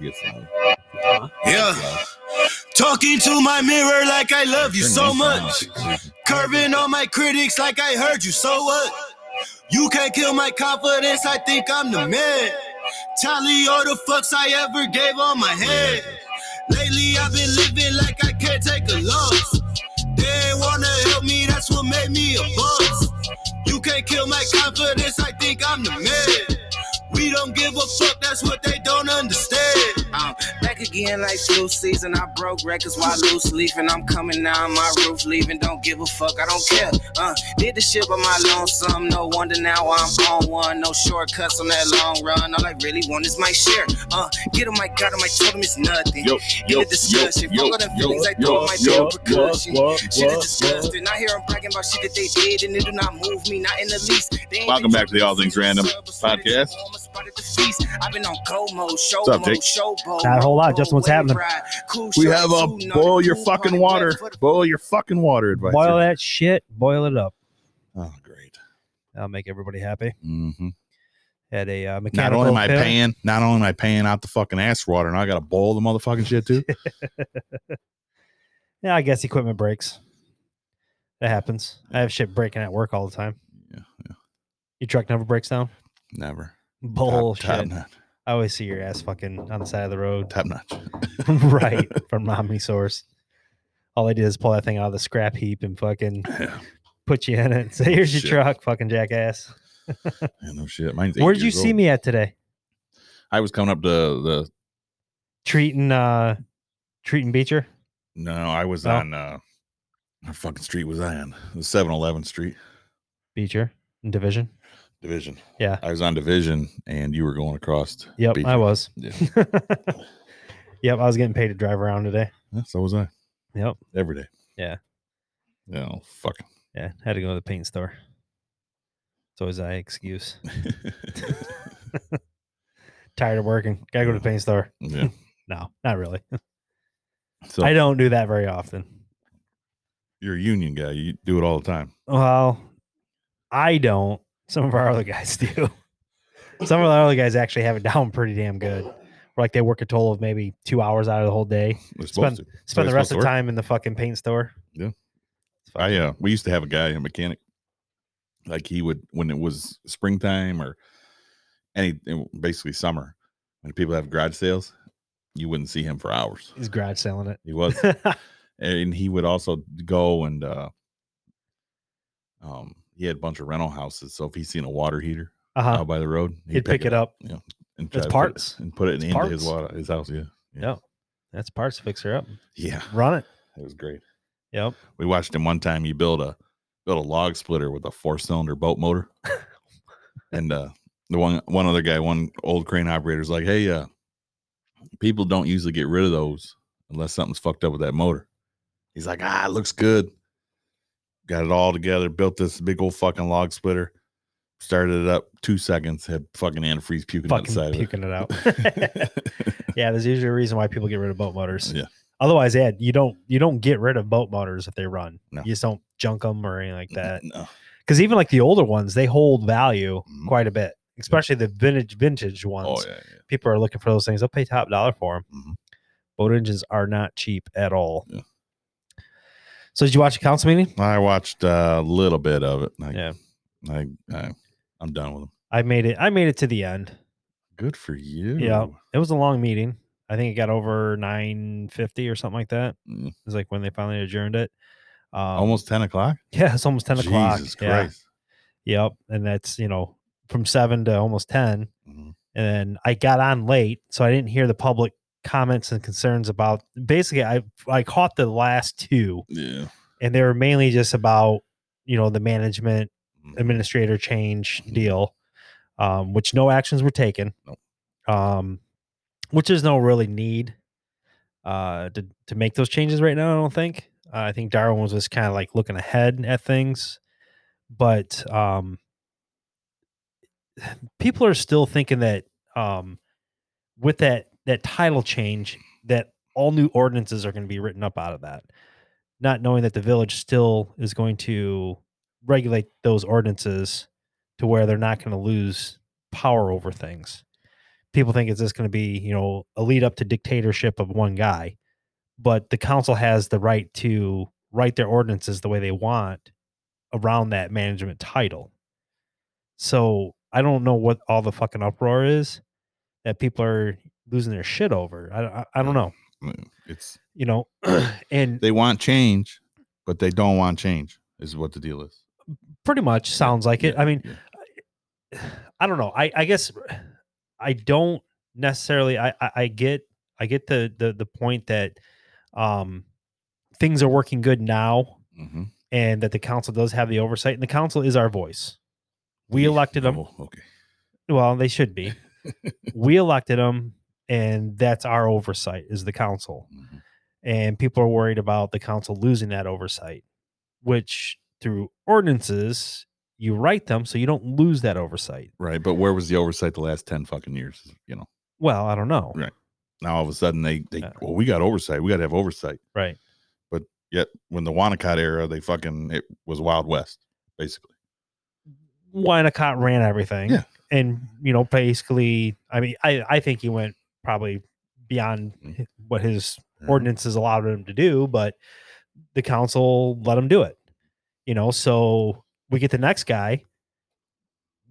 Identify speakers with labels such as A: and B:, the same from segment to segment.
A: Good song.
B: Yeah. Talking to my mirror like I love you so much. Curving on my critics like I heard you, so what? You can't kill my confidence, I think I'm the man. Tally all the fucks I ever gave on my head. Lately I've been living like I can't take a loss. They ain't wanna help me, that's what made me a boss. You can't kill my confidence, I think I'm the man. We don't give a fuck, that's what they don't understand.
C: I'm Um, back again like flu season. I broke records while loose leaving. I'm coming now, my roof leaving. Don't give a fuck, I don't care. Uh, did the shit by my lonesome. No wonder now I'm on one. No shortcuts on that long run. All I really want is my share. Uh, get on my god, on my totem is nothing.
A: Yo,
C: Get a discussion. Fuck all them feelings I throw in my damn percussion. Shit is disgusting. I hear them bragging about shit that they did and it do not move me, not in the least. They ain't
A: Welcome back to the All Things Random podcast.
C: I've been on go mode, show
A: What's up,
C: mode,
A: Jake?
C: show mode,
D: Not a whole lot. Justin, what's
C: wave
D: happening?
C: ride, cool
A: We
C: shot,
A: have a
C: two nutty,
A: boil your
C: cool
A: fucking
C: party,
A: water.
C: wet for the-
A: Boil your fucking water advice.
D: Boil that shit. Boil it up.
A: Oh, great.
D: That'll make everybody happy.
A: hmm
D: Had a uh,
A: Not
D: mechanical.
A: only am I
D: fail-
A: paying, not only am I paying out the fucking ass water, and I got to boil the motherfucking shit too.
D: Yeah, I guess equipment breaks. That happens. I have shit breaking at work all the time.
A: Yeah,
D: Your truck never breaks down.
A: Never. Top-
D: Bullshit.
A: Top, notch.
D: I always see your ass fucking on the side of the road,
A: Top notch.
D: right from OmniSource. All they did is pull that thing out of the scrap heap and fucking
A: Yeah.
D: put you in it. and Say, here's your
A: Shit.
D: truck, fucking jackass.
A: Yeah, no shit. Mine's eight
D: Where'd you
A: years
D: see
A: old.
D: me at today?
A: I was coming up to the.
D: Treating, uh, treating Beecher.
A: No, I was
D: Oh.
A: on. uh What fucking street was I on? The 7 Eleven street
D: Beecher in division.
A: division.
D: Yeah.
A: I was on division and you were going across.
D: Yep,
A: Beach.
D: I was.
A: Yeah.
D: yep, I was getting paid to drive around today.
A: Yeah, so was I
D: Yep.
A: every day.
D: Yeah.
A: Yeah. Oh, fuck.
D: Yeah, had to go to the paint store. It's always I excuse. Tired of working. Gotta go to the paint store.
A: yeah.
D: No, not really.
A: So
D: I don't do that very often.
A: you're a union guy. You do it all the time.
D: Well, I don't. Some of our other guys do. Some of the other guys actually have it down pretty damn good. Like they work a total of maybe two hours out of the whole day.
A: We're supposed to.
D: Spend
A: they're
D: the
A: supposed to
D: rest of the
A: work?
D: time in the fucking paint store.
A: I uh, we used to have a guy, a mechanic, like he would when it was springtime or any basically summer when people have garage sales, you wouldn't see him for hours.
D: He's garage selling it. Uh-huh.
A: He was, and he would also go and uh, um, he had a bunch of rental houses. So if he seen a water heater
D: uh-huh.
A: out by the road,
D: He'd pick it up.
A: and
D: It's
A: try to put it-
D: parts.
A: and put it in
D: It's
A: the end of his
D: parts.
A: water, his house. Yeah,
D: No, that's parts fixer up.
A: yeah,
D: Run it.
A: it was great.
D: Yep.
A: We watched him one time. He built a built a log splitter with a four cylinder boat motor, and uh, the one one other guy, one old crane operator's like, "Hey, uh, people don't usually get rid of those unless something's fucked up with that motor." He's like, "Ah, it looks good." Got it all together. Built this big old fucking log splitter. Started it up. Two seconds had fucking antifreeze puking
D: Fucking
A: outside.
D: puking it out.
A: Of it.
D: yeah, there's usually a reason why people get rid of boat motors.
A: Yeah.
D: Otherwise, yeah, you don't you don't get rid of boat motors if they run.
A: No.
D: You just don't junk them or anything like that.
A: No.
D: Because even like the older ones, they hold value
A: Mhm.
D: quite a bit, especially the vintage vintage ones.
A: Oh yeah, yeah.
D: People are looking for those things. They'll pay top dollar for them.
A: Mhm.
D: Boat engines are not cheap at all.
A: Yeah.
D: So did you watch the council meeting?
A: I watched uh, a little bit of it. I,
D: Yeah.
A: I, I, I'm done with them.
D: I made it. I made it to the end.
A: Good for you.
D: Yeah. It was a long meeting. I think it got over nine fifty or something like that.
A: Mm.
D: It was like when they finally adjourned it. Um,
A: Almost 10 o'clock.
D: yeah, it's almost ten o'clock.
A: Jesus
D: yeah.
A: Christ.
D: Yep, and that's you know from seven to almost ten,
A: Mhm.
D: and then I got on late, so I didn't hear the public comments and concerns about. Basically, I I caught the last two,
A: Yeah.
D: and they were mainly just about you know the management
A: Mhm.
D: administrator change
A: Mhm.
D: deal, um, which no actions were taken,
A: Nope.
D: um, which is no really need uh, to to make those changes right now. I don't think. Uh, I think Darwin was just kind of like looking ahead at things, but um, people are still thinking that um, with that that title change, that all new ordinances are going to be written up out of that, not knowing that the village still is going to regulate those ordinances to where they're not going to lose power over things people think it's just going to be you know a lead up to dictatorship of one guy but the council has the right to write their ordinances the way they want around that management title so i don't know what all the fucking uproar is that people are losing their shit over i, I, I don't know
A: Mm-hmm. It's
D: you know and
A: they want change, but they don't want change. Is what the deal is.
D: pretty much sounds like it
A: Yeah,
D: i mean
A: yeah.
D: I don't know. I, I guess I don't necessarily. I, I I get I get the the the point that um things are working good now,
A: Mhm.
D: and that the council does have the oversight, and the council is our voice. We elected them.
A: Oh, okay.
D: Well, they should be. we elected them, and that's our oversight is the council
A: Mhm.
D: and people are worried about the council losing that oversight which through ordinances you write them so you don't lose that oversight
A: Right, but where was the oversight the last ten fucking years? You know,
D: well i don't know
A: Right. now all of a sudden they they
D: Yeah.
A: well we got oversight, we got to have oversight.
D: right
A: Yet when the Wanacott era, they fucking it was Wild West basically.
D: Winnicott ran everything
A: Yeah.
D: and you know basically i mean i i think he went probably beyond
A: Mhm.
D: what his ordinances allowed him to do, but the council let him do it. You know, so we get the next guy.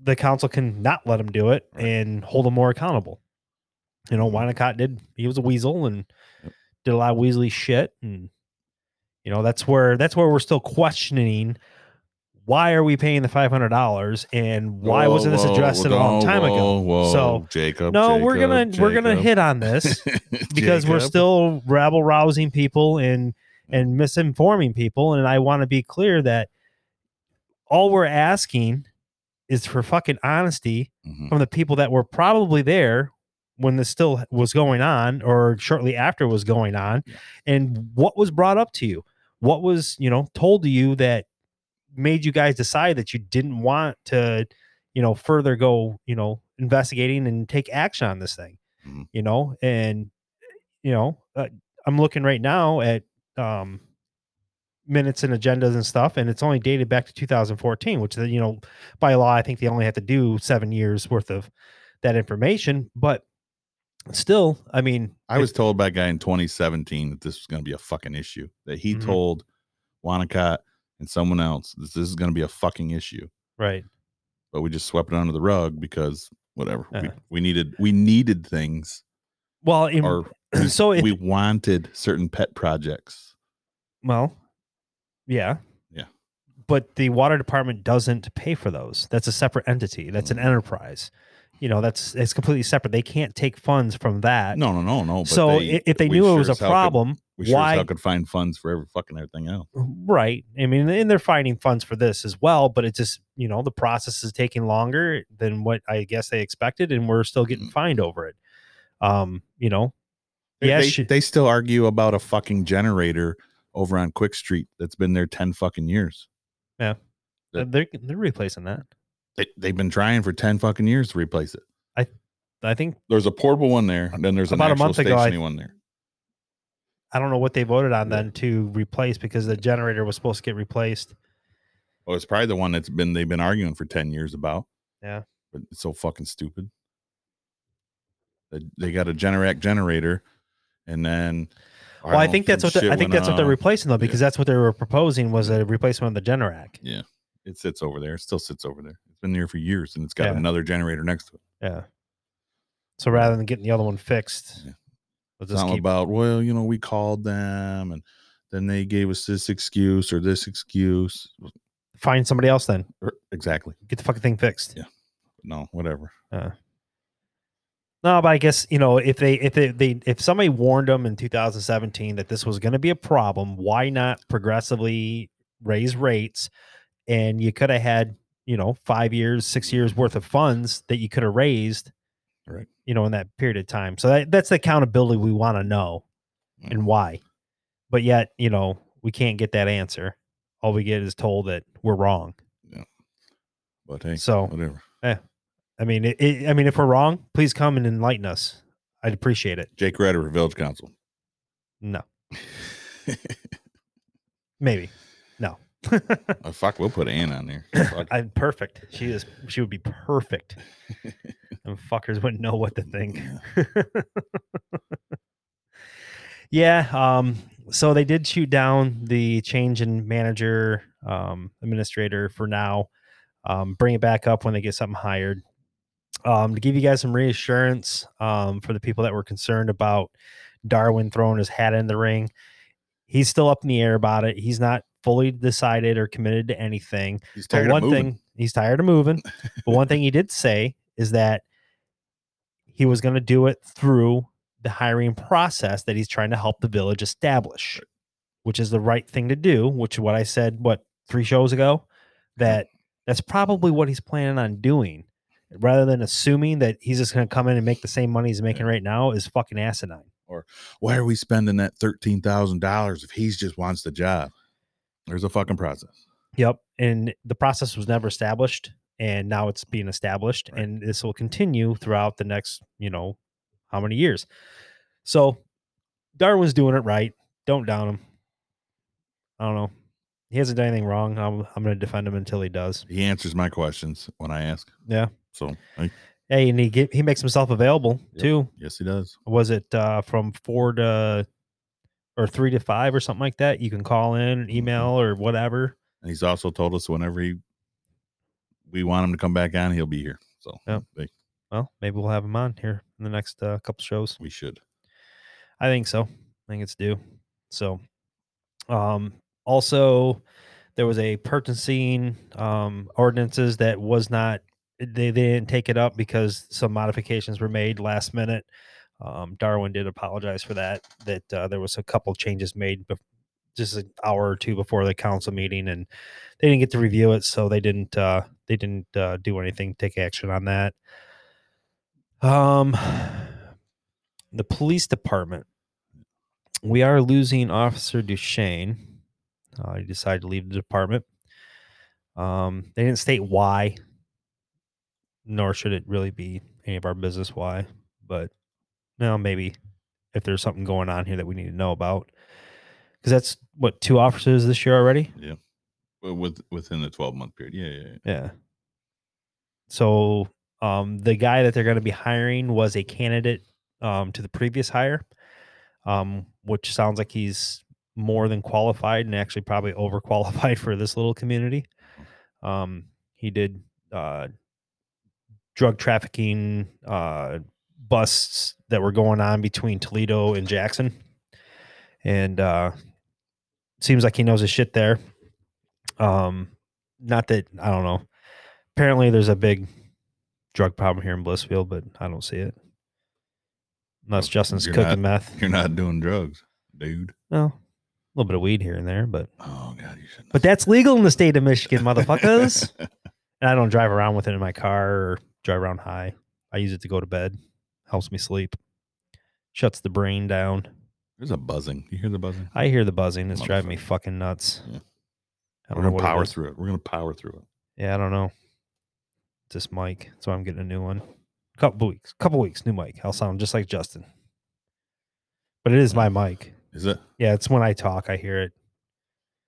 D: The council can not let him do it
A: Right. Mm-hmm.
D: and hold him more accountable. You know, Winnicott did. He was a weasel and did a lot of weaselly shit, and you know that's where that's where we're still questioning. Why are we paying the five hundred dollars, and why
A: Whoa,
D: wasn't this
A: whoa,
D: addressed a long
A: whoa,
D: time ago?
A: whoa, Whoa,
D: So-
A: Jacob.
D: No, we're
A: Jacob,
D: gonna we're gonna
A: Jacob.
D: hit on this because we're
A: Jacob.
D: still rabble rousing people and and misinforming people and i want to be clear that all we're asking is for fucking honesty
A: Mhm.
D: from the people that were probably there when this still was going on or shortly after was going on and what was brought up to you what was you know told to you that made you guys decide that you didn't want to you know further go you know investigating and take action on this thing
A: Mhm.
D: you know and you know uh, i'm looking right now at um minutes and agendas and stuff and it's only dated back to 2014 which you know by law i think they only have to do seven years worth of that information but still i mean
A: I was told by a guy in 2017 that this was going to be a fucking issue. That he
D: Mhm.
A: told Wanacott and someone else that this is going to be a fucking issue.
D: right
A: But we just swept it under the rug because whatever. We,
D: Uh-huh.
A: we needed we needed things
D: well in,
A: or
D: so it,
A: we wanted certain pet projects.
D: well yeah
A: Yeah.
D: but the water department doesn't pay for those that's a separate entity that's
A: Mhm.
D: an enterprise you know that's it's completely separate they can't take funds from that
A: No, no, no, no. But
D: so i- if they
A: we
D: knew
A: sure
D: it was a
A: as hell could-
D: problem
A: we sure as
D: why
A: hell could find funds for every fucking everything else.
D: right i mean and they're finding funds for this as well but it's just you know the process is taking longer than what i guess they expected and we're still getting
A: Mm.
D: fined over it um you know
A: They-
D: yeah
A: they,
D: sh-
A: they still argue about a fucking generator over on Quick Street that's been there ten fucking years.
D: uh, they're, they're replacing that
A: They, they've been trying for ten fucking years to replace it.
D: i think
A: There's a portable one there, and then there's
D: About
A: an
D: a
A: actual
D: month ago, I-
A: stationary one there.
D: i don't know what they voted on
A: Yeah.
D: then to replace because the generator was supposed to get replaced
A: Well, Oh, it's probably the one that's been they've been arguing for ten years about.
D: Yeah.
A: but it's so fucking stupid. They, they got a Generac generator, and then
D: well i, think that's what the, i think that's what they're
A: replacing.
D: replacing though
A: Yeah.
D: because that's what they were proposing was a replacement of the generac
A: It sits over there. It still sits over there. It's been there for years, and it's got
D: Yeah.
A: another generator next to it.
D: yeah so rather than getting the other one fixed
A: Yeah.
D: we'll just
A: Something
D: keep
A: about well, you know, we called them, and then they gave us this excuse or this excuse.
D: find somebody else then
A: Er, Exactly.
D: get the fucking thing fixed
A: Yeah. No, whatever.
D: No, but I guess you know if they if they, they if somebody warned them in 2017 that this was going to be a problem, why not progressively raise rates? And you could have had you know five years, six years worth of funds that you could have raised,
A: Right.
D: You know, in that period of time. So that, that's the accountability we want to know
A: Mm.
D: and why. But yet, you know, we can't get that answer. All we get is told that we're wrong.
A: But hey,
D: So
A: whatever.
D: I mean, it, it, I mean, if we're wrong, please come and enlighten us. I'd appreciate it.
A: Jake Ryder for Village Council.
D: No. Maybe. No.
A: Oh, fuck, we'll put Ann on there. Fuck.
D: I'm perfect. She is she would be perfect. Them fuckers wouldn't know what to think.
A: Yeah.
D: yeah. Um, so they did shoot down the change in manager, um, administrator for now. Um, bring it back up when they get something hired. Um, to give you guys some reassurance um, for the people that were concerned about Darwin throwing his hat in the ring, he's still up in the air about it. He's not fully decided or committed to anything.
A: He's
D: But
A: tired
D: one
A: of moving.
D: thing he's tired of moving. but one thing he did say is that he was going to do it through the hiring process that he's trying to help the village establish, which is the right thing to do. Which is what I said what three shows ago that that's probably what he's planning on doing. Rather than assuming that he's just going to come in and make the same money he's making right now is fucking asinine.
A: Why are we spending that thirteen thousand dollars if he's just wants the job? There's a fucking process.
D: Yep. And the process was never established and now it's being established
A: Right.
D: and this will continue throughout the next, you know, how many years. So Darwin's doing it right. Don't down him. I don't know. He hasn't done anything wrong. I'm, I'm going to defend him until he does.
A: He answers my questions when I ask.
D: Yeah.
A: So I-
D: Hey, and he get, he makes himself available
A: Yep.
D: too.
A: yes, he does.
D: Was it uh, from four to or three to five or something like that? You can call
A: Mm-hmm.
D: in, email, or whatever.
A: And he's also told us whenever he we want him to come back on, he'll be here. So
D: Yep.
A: they-
D: Well, maybe we'll have him on here in the next uh, couple shows.
A: we should.
D: I think so. I think it's due. So, um, also, there was a purchasing um, ordinances that was not they, they didn't take it up because some modifications were made last minute. Um, Darwin did apologize for that. That uh, there was a couple changes made bef- just an hour or two before the council meeting, and they didn't get to review it, so they didn't uh, they didn't uh, do anything, take action on that. Um, the police department. We are losing Officer Duchesne. Uh, he decided to leave the department. Um, they didn't state why, nor should it really be any of our business why. But now maybe if there's something going on here that we need to know about, because that's what two officers this year already.
A: Well, With within the twelve month period. Yeah, yeah, yeah.
D: Yeah. So um, the guy that they're going to be hiring was a candidate um, to the previous hire, um, which sounds like he's more than qualified and actually probably overqualified for this little community. Um, he did uh, drug trafficking uh, busts that were going on between Toledo and Jackson, and uh, seems like he knows his shit there. Um, not that I don't know. Apparently, there's a big drug problem here in Blissfield, but I don't see it. Unless
A: Well,
D: Justin's
A: you're
D: cooking
A: not-
D: meth.
A: You're not doing drugs, dude.
D: Well, a little bit of weed here and there, but
A: Oh god, you shouldn't.
D: but that's legal in the state of Michigan, motherfuckers. and I don't drive around with it in my car or drive around high. I use it to go to bed. Helps me sleep. Shuts the brain down.
A: There's a buzzing. You hear the buzzing?
D: I hear the buzzing. It's driving me fucking nuts.
A: Yeah.
D: I
A: We're
D: don't know
A: gonna
D: what
A: power
D: powers.
A: through it. We're gonna power through it.
D: Yeah, I don't know. This mic. That's why I'm getting a new one. Couple weeks. Couple weeks. New mic. I'll sound just like Justin. But it is my mic.
A: Is it?
D: Yeah, it's when I talk, I hear it.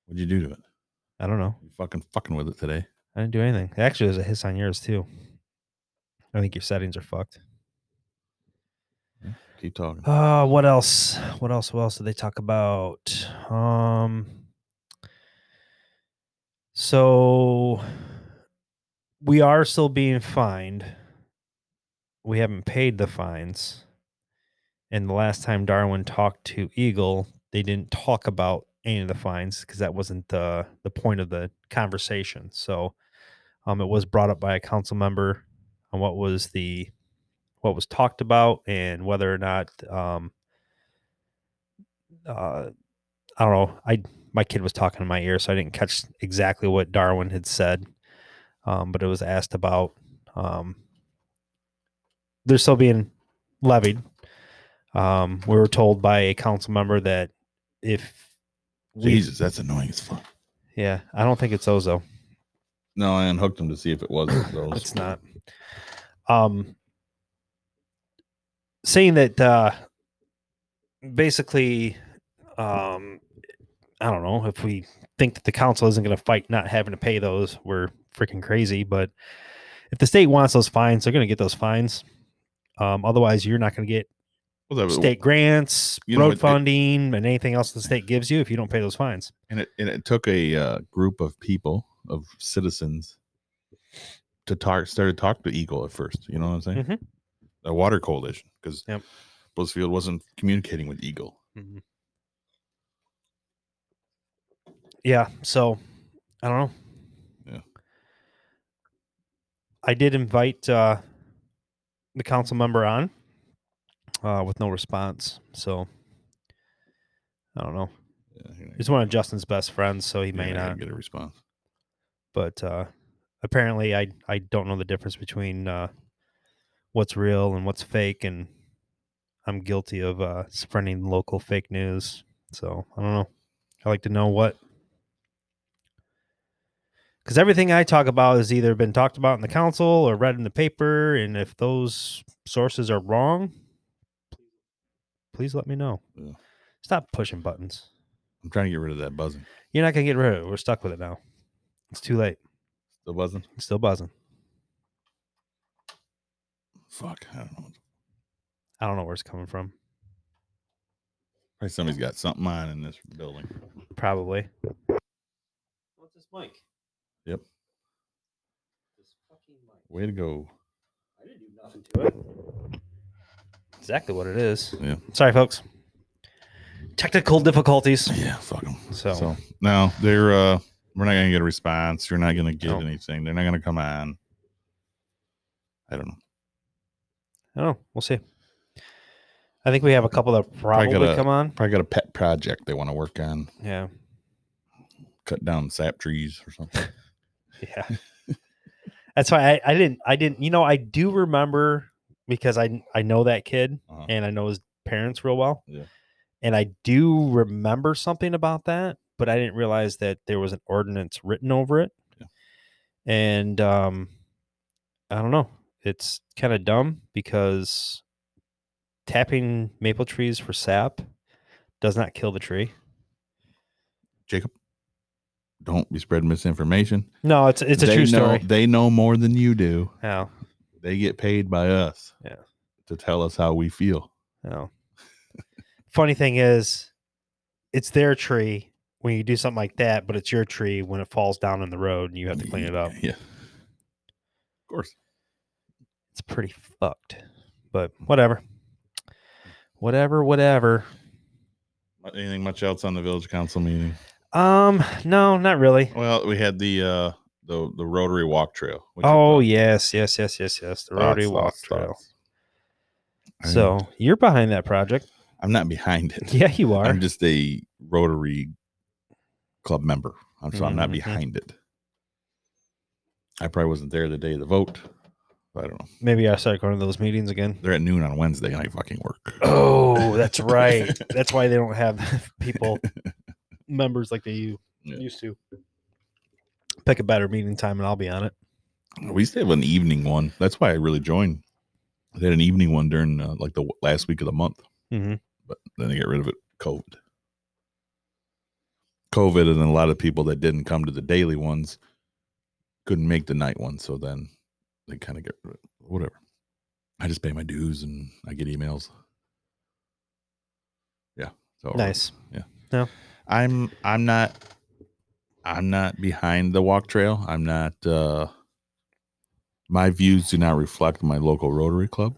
A: What'd you do to it?
D: I don't know.
A: You fucking fucking with it today.
D: I didn't do anything. Actually, there's a hiss on yours too. I think your settings are fucked.
A: Keep talking.
D: Uh, what else? What else? What else did they talk about? Um, so we are still being fined. We haven't paid the fines. And the last time Darwin talked to Eagle, they didn't talk about any of the fines because that wasn't the the point of the conversation. So, um, it was brought up by a council member on what was the what was talked about and whether or not um uh i don't know i my kid was talking in my ear so i didn't catch exactly what darwin had said um but it was asked about um they're still being levied um we were told by a council member that if we-
A: Jesus, that's annoying as fuck.
D: yeah i don't think it's ozo
A: No, I unhooked him to see if it was those.
D: It's not. Um, saying that uh, basically, um, I don't know if we think that the council isn't going to fight not having to pay those, we're freaking crazy. But if the state wants those fines, they're going to get those fines. Um, otherwise, you're not going to get
A: Well, that was-
D: state grants,
A: you know,
D: road
A: it- it-
D: funding, and anything else the state gives you if you don't pay those fines.
A: and it and it took a uh, group of people of citizens to talk started to talk to Eagle at first. You know what I'm saying?
D: Mhm.
A: The water coalition because
D: Yep.
A: Blissfield wasn't communicating with Eagle.
D: Yeah. So I don't know.
A: Yeah.
D: I did invite uh, the council member on uh, with no response. So I don't know.
A: Yeah, you're not-
D: He's one of Justin's best friends, so he
A: you're
D: may
A: not gonna
D: not.
A: get a response.
D: But uh, apparently, I I don't know the difference between uh, what's real and what's fake, and I'm guilty of uh, spreading local fake news. So I don't know. I like to know what. Because everything I talk about has either been talked about in the council or read in the paper, and if those sources are wrong, please let me know.
A: Yeah.
D: Stop pushing buttons.
A: I'm trying to get rid of that buzzing.
D: You're not gonna get rid of it. We're stuck with it now. It's too late.
A: Still buzzing?
D: It's still buzzing.
A: Fuck. I don't know.
D: I don't know where it's coming from.
A: Probably somebody's got something on in this building.
D: Probably. What's this mic?
A: Yep.
D: This fucking mic.
A: Way to go.
D: I didn't do nothing to it. Exactly what it is.
A: Yeah.
D: Sorry, folks. Technical difficulties.
A: Yeah, fuck 'em.
D: So,
A: So no, they're uh we're not gonna get a response. You're not gonna get
D: No.
A: anything. They're not gonna come on. I don't know.
D: I don't know. We'll see. I think we have a couple that probably
A: gotta-
D: come on.
A: Probably got a pet project they want to work on.
D: Yeah.
A: Cut down sap trees or something.
D: Yeah. That's why I, I didn't I didn't you know I do remember because I I know that kid
A: Uh-huh.
D: and I know his parents real well.
A: Yeah.
D: And I do remember something about that, but I didn't realize that there was an ordinance written over it.
A: Yeah.
D: And um I don't know. It's kind of dumb because tapping maple trees for sap does not kill the tree.
A: Jacob, don't be spreading misinformation.
D: No, it's it's a
A: They
D: true
A: know-
D: story.
A: They know more than you do.
D: No,
A: They get paid by us.
D: Yeah.
A: To tell us how we feel.
D: no. Funny thing is, it's their tree when you do something like that, but it's your tree when it falls down in the road and you have to clean it up.
A: Yeah. Of course.
D: it's pretty fucked. But whatever. Whatever, whatever.
A: Anything much else on the village council meeting?
D: Um, no, not really.
A: Well, we had the uh the the Rotary Walk Trail. which is
D: Oh
A: a-
D: yes, yes, yes, yes, yes. The Rotary
A: thoughts,
D: Walk
A: thoughts,
D: Trail.
A: thoughts.
D: So you're behind that project.
A: I'm not behind it.
D: Yeah, you are.
A: I'm just a Rotary Club member. I'm so I'm not
D: Mhm.
A: behind it. I probably wasn't there the day of the vote. I don't know.
D: Maybe I start going to those meetings again.
A: They're at noon on Wednesday, and I fucking work.
D: Oh, that's right. that's why they don't have people members like they u-
A: Yeah.
D: used to. Pick a better meeting time and I'll be on it.
A: We used to have an evening one. That's why I really joined. They had an evening one during uh, like the w- last week of the month,
D: Mhm.
A: but then they got rid of it. COVID, COVID, and then a lot of people that didn't come to the daily ones couldn't make the night one. So then they kind of get rid- whatever. I just pay my dues and I get emails. Yeah, so it works.
D: Nice.
A: I'm I'm not I'm not behind the walk trail. I'm not uh my views do not reflect my local Rotary Club.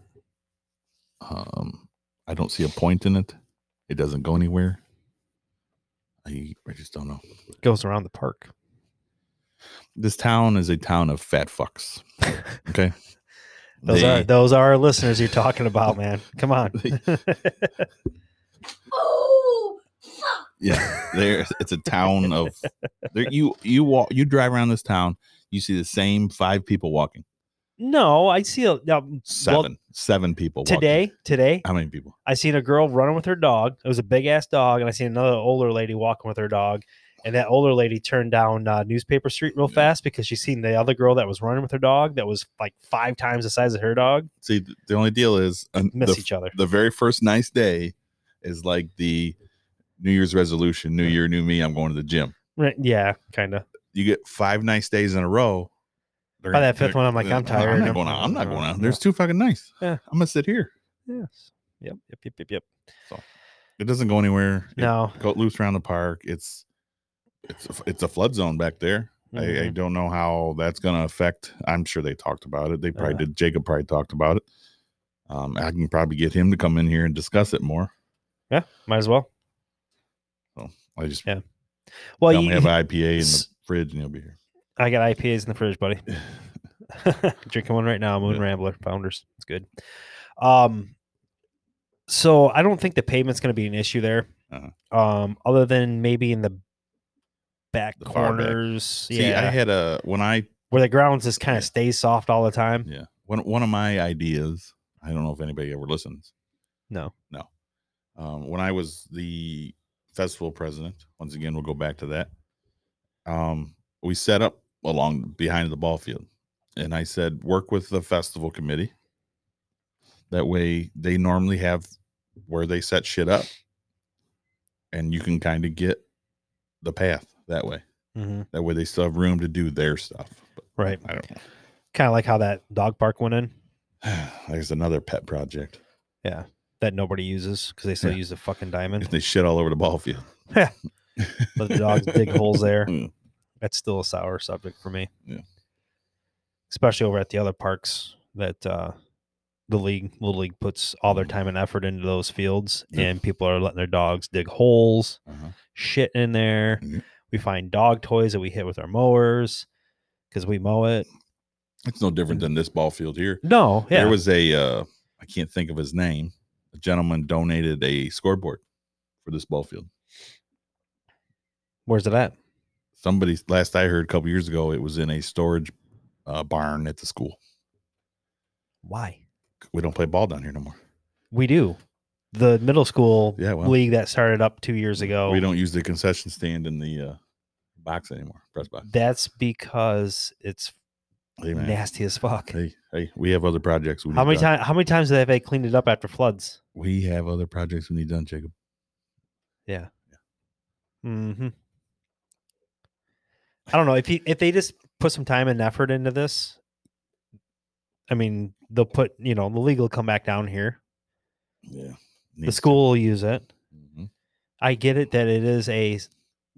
A: Um I don't see a point in it. It doesn't go anywhere. I I just don't know.
D: Goes around the park.
A: This town is a town of fat fucks. Okay.
D: Those
A: They-
D: are those are our listeners you're talking about, man. Come on.
E: Oh, fuck.
A: Yeah, there it's a town of there you you walk you drive around this town, you see the same five people walking.
D: no, I see a now,
A: Seven. seven people walking.
D: today. Today,
A: How many people?
D: I seen a girl running with her dog. It was a big ass dog, and I seen another older lady walking with her dog. And that older lady turned down uh, newspaper street real
A: Yeah.
D: fast because she seen the other girl that was running with her dog that was like five times the size of her dog
A: See, th- the only deal is um,
D: miss
A: the,
D: each other.
A: the very first nice day is like the New Year's resolution, New Year, New Me. I'm going to the gym.
D: Right? Yeah, kind of.
A: You get five nice days in a row. They're
D: By
A: gonna-
D: that fifth
A: they're-
D: one, I'm like,
A: they're-
D: I'm tired.
A: I'm
D: I'm-
A: not going out. I'm not going out.
D: no.
A: There's too fucking nice.
D: Yeah.
A: I'm gonna sit here.
D: Yes. Yep. Yep. Yep. Yep. Yep.
A: It doesn't go anywhere. It
D: No.
A: go loops around the park. It's it's a- it's a flood zone back there. I, I
D: Mhm.
A: don't know how that's going to affect. I'm sure they talked about it. They probably
D: Uh.
A: did. Jacob probably talked about it. Um, I can probably get him to come in here and discuss it more.
D: Yeah. Might as well.
A: I just
D: Yeah. Well,
A: tell him
D: you,
A: we have IPA in the
D: s-
A: fridge and he'll be here.
D: I got IPAs in the fridge, buddy. Drinking one right now, Moon
A: Yeah.
D: Rambler Founders. It's good. Um, so I don't think the pavement's going to be an issue there.
A: Uh-huh.
D: Um, other than maybe in the back
A: The far back.
D: corners,
A: See,
D: yeah,
A: I had a when I
D: where the grounds just kind
A: Yeah.
D: of stays soft all the time.
A: yeah one one of my ideas. I don't know if anybody ever listens.
D: No,
A: um, when I was the festival president. Once again, we'll go back to that. Um, we set up along behind the ball field, and I said, work with the festival committee. That way, they normally have where they set shit up, and you can kind of get the path that way.
D: hmm
A: That way, they still have room to do their stuff. But
D: right.
A: I don't know.
D: Kind of like how that dog park went in
A: There's another pet project.
D: that nobody uses because they still
A: Yeah.
D: use the fucking diamond,
A: They shit all over the ball field.
D: Yeah. but the dogs dig holes there.
A: Mm.
D: That's still a sour subject for me.
A: Yeah.
D: Especially over at the other parks that uh, the league, little league, puts all their
A: Mhm.
D: time and effort into those fields,
A: Yeah.
D: and people are letting their dogs dig holes,
A: Uh-huh.
D: shit in there.
A: Mhm.
D: We find dog toys that we hit with our mowers because we mow it.
A: It's no different than this ball field here.
D: No, yeah,
A: There was a uh I can't think of his name. A gentleman donated a scoreboard for this ball field.
D: where's it at?
A: Somebody last I heard a couple years ago, it was in a storage uh, barn at the school.
D: Why?
A: We don't play ball down here no more.
D: We do. The middle school
A: Yeah, well.
D: league that started up two years ago.
A: We don't use the concession stand in the uh, box anymore. Press box.
D: That's because it's
A: Hey man.
D: nasty as fuck.
A: Hey, hey, we have other projects. We
D: How
A: need
D: many
A: done.
D: times? How many times have they cleaned it up after floods?
A: We have other projects we need done, Jacob.
D: Mm-hmm. I don't know if he, if they just put some time and effort into this. I mean, they'll put you know the league will come back down here.
A: Yeah.
D: The school will use it.
A: Mhm.
D: I get it that it is a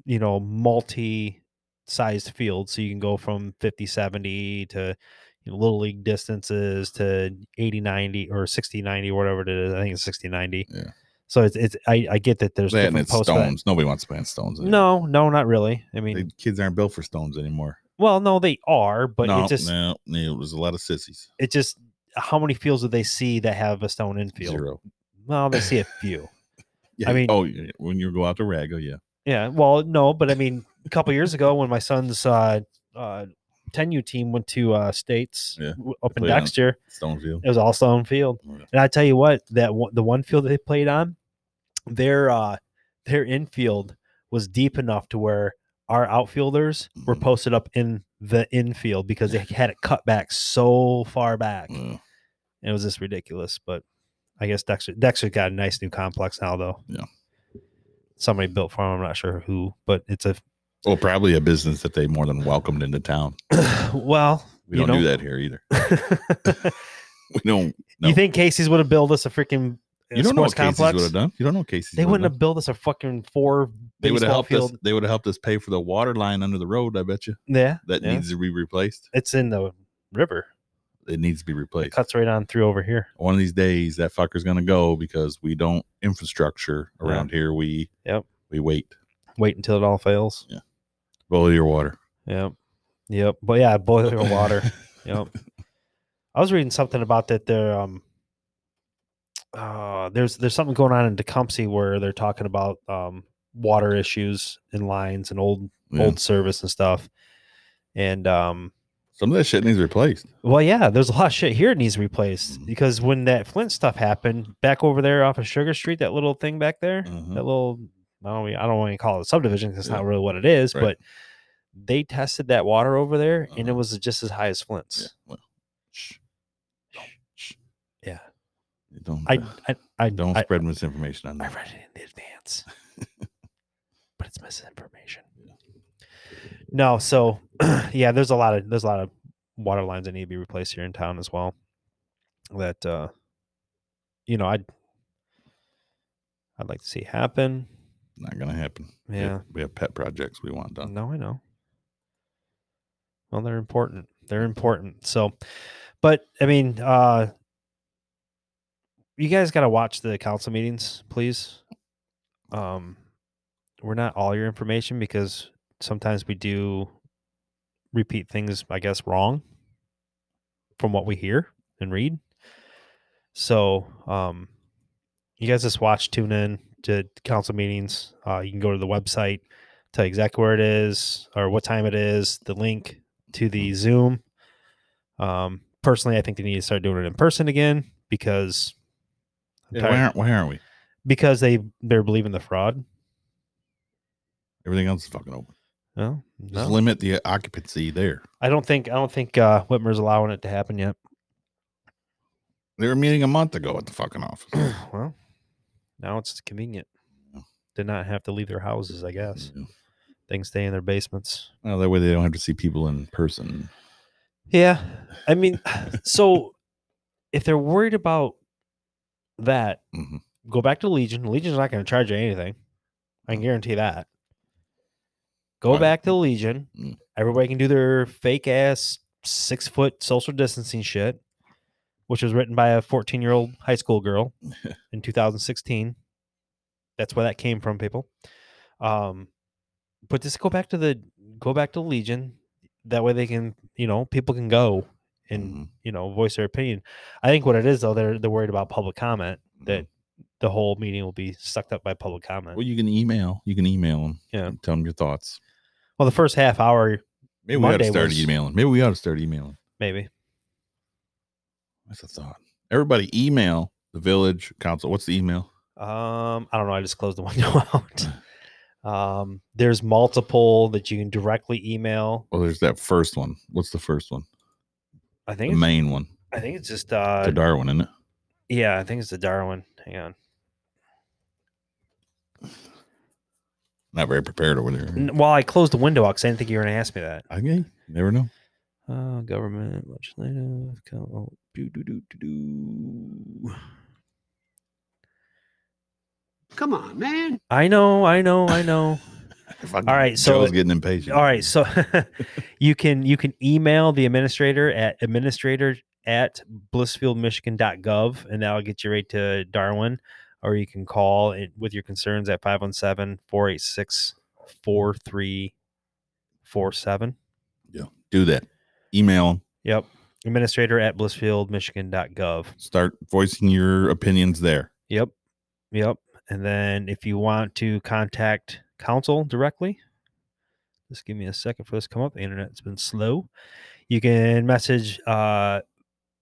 D: you know multi sized field so you can go from 50 70 to you know, little league distances to 80 90 or 60 90 whatever it is i think it's 60 90
A: Yeah.
D: so it's, it's I, I get that there's
A: That and
D: different
A: it's
D: posts for that.
A: stones. Nobody wants to plant stones. anymore.
D: no no not really i mean
A: They- kids aren't built for stones anymore.
D: well no they are but
A: no,
D: it just
A: no, no, it was a lot of sissies.
D: it just how many fields do they see that have a stone infield
A: Zero.
D: well they see a few
A: Yeah.
D: I mean-
A: oh, yeah, yeah, when you go out to Rago, yeah.
D: Yeah. Well, no, but I mean, a couple years ago when my son's uh, uh, tenure team went to uh, states
A: Yeah,
D: w- up in
A: played on-
D: Dexter,
A: Stonefield.
D: it was all stone field.
A: Oh, Yeah.
D: And I tell you what, that one, the one field that they played on, their uh, their infield was deep enough to where our outfielders were
A: Mhm.
D: posted up in the infield because they had it cut back so far back.
A: Yeah.
D: And it was just ridiculous. But I guess Dexter Dexter got a nice new complex now, though.
A: Yeah.
D: Somebody built for him. I'm not sure who, but it's a
A: Well, probably a business that they more than welcomed into town.
D: well.
A: We
D: you
A: don't do
D: know,
A: that here either. We don't. No.
D: You think Casey's would have built us a freaking uh,
A: You don't know
D: sports
A: what Casey's would
D: complex?
A: have done. You don't know what Casey's.
D: They
A: would've
D: wouldn't
A: done.
D: have built us a fucking four
A: They would have
D: baseball
A: helped
D: field.
A: us. They would have helped us pay for the water line under the road. I bet you
D: Yeah,
A: that
D: yeah.
A: needs to be replaced.
D: it's in the river.
A: It needs to be replaced.
D: Cuts right on through over here.
A: One of these days, that fucker's gonna go because we don't infrastructure
D: Yeah.
A: around here. We
D: Yep.
A: We wait.
D: Wait until it all fails.
A: Boil your water.
D: Yep, yep. But yeah, boiler water. Yep. I was reading something about that there um uh there's there's something going on in Tecumseh where they're talking about um water issues and lines and old
A: Yeah.
D: old service and stuff. And um
A: Some of that shit needs replaced.
D: well yeah, there's a lot of shit here that needs replaced
A: Mhm.
D: because when that Flint stuff happened back over there off of Sugar Street, that little thing back there,
A: Mhm.
D: that little I don't I don't want to call it a subdivision 'cause it's
A: Yeah.
D: not really what it is,
A: Right.
D: but they tested that water over there and it
A: Uh-huh.
D: was just as high as Flint's.
A: Yeah. Well, shh.
D: Yeah.
A: Don't.
D: I I, I
A: Don't
D: I,
A: spread misinformation on
D: I
A: that.
D: read it in advance, but it's misinformation. No, so yeah, there's a lot of there's a lot of water lines that need to be replaced here in town as well. That uh you know, I'd I'd like to see happen.
A: Not gonna happen. We have-
D: Yeah.
A: we have pet projects we want done.
D: No, I know. Well, they're important. They're important. So, but I mean, uh you guys got to watch the council meetings, please. Um we're not all your information because sometimes we do repeat things, I guess, wrong from what we hear and read. So, um you guys just watch, tune in to council meetings. Uh you can go to the website tell you exactly where it is or what time it is, the link to the Zoom. Um, personally, I think they need to start doing it in person again because I'm
A: Yeah,
D: tired-
A: why aren't why aren't we?
D: because they they're believing the fraud.
A: Everything else is fucking open.
D: No,
A: Just
D: no.
A: limit the occupancy there.
D: I don't think I don't think uh, Whitmer's allowing it to happen yet.
A: They were meeting a month ago at the fucking office.
D: well, now it's convenient to not have to leave their houses. I guess
A: Yeah.
D: they can stay in their basements.
A: Well, that way they don't have to see people in person.
D: Yeah. I mean, so if they're worried about that,
A: Mhm.
D: go back to Legion. Legion's not going to charge you anything. I can guarantee that. Go
A: Right.
D: back to Legion.
A: Mm.
D: Everybody can do their fake ass six foot social distancing shit, which was written by a 14 year old high school girl in 2016. That's where that came from, people. Um, but just go back to the go back to Legion. That way they can, you know, people can go and
A: Mhm.
D: you know voice their opinion. I think what it is though, they're they're worried about public comment that the whole meeting will be sucked up by public comment.
A: Well,
D: Well,
A: you can email. You can email them.
D: Yeah.
A: Tell them your thoughts.
D: the first half hour,
A: Maybe we ought
D: Monday
A: to start
D: was-
A: emailing. Maybe we ought to start emailing.
D: maybe.
A: That's a thought. Everybody email the village council. What's the email?
D: Um, I don't know. I just closed the window out. Um, there's multiple that you can directly email.
A: Well, Oh, there's that first one. What's the first one?
D: I
A: The
D: think it's,
A: main one.
D: I think it's just uh
A: To Darwin, isn't it?
D: yeah, I think it's the Darwin. Hang on.
A: Not very prepared over there.
D: N- Well, I closed the window out because I didn't think you were gonna ask me that.
A: Okay. You never know.
D: Uh, government, legislative, co- oh, do do do do do.
F: Come on, man.
D: I know, I know, I know.
A: Fucking
D: right, so-
A: Joe's getting impatient.
D: All right, so you can you can email the administrator at administrator at blissfieldmichigan.gov and that'll get you right to Darwin. Or you can call it with your concerns at 517 486 4347.
A: Do that. Email 'em.
D: Yep. Administrator at blissfieldmichigan.gov.
A: Start voicing your opinions there.
D: Yep. Yep. And then if you want to contact council directly, just give me a second for this to come up. The internet's been slow. You can message uh,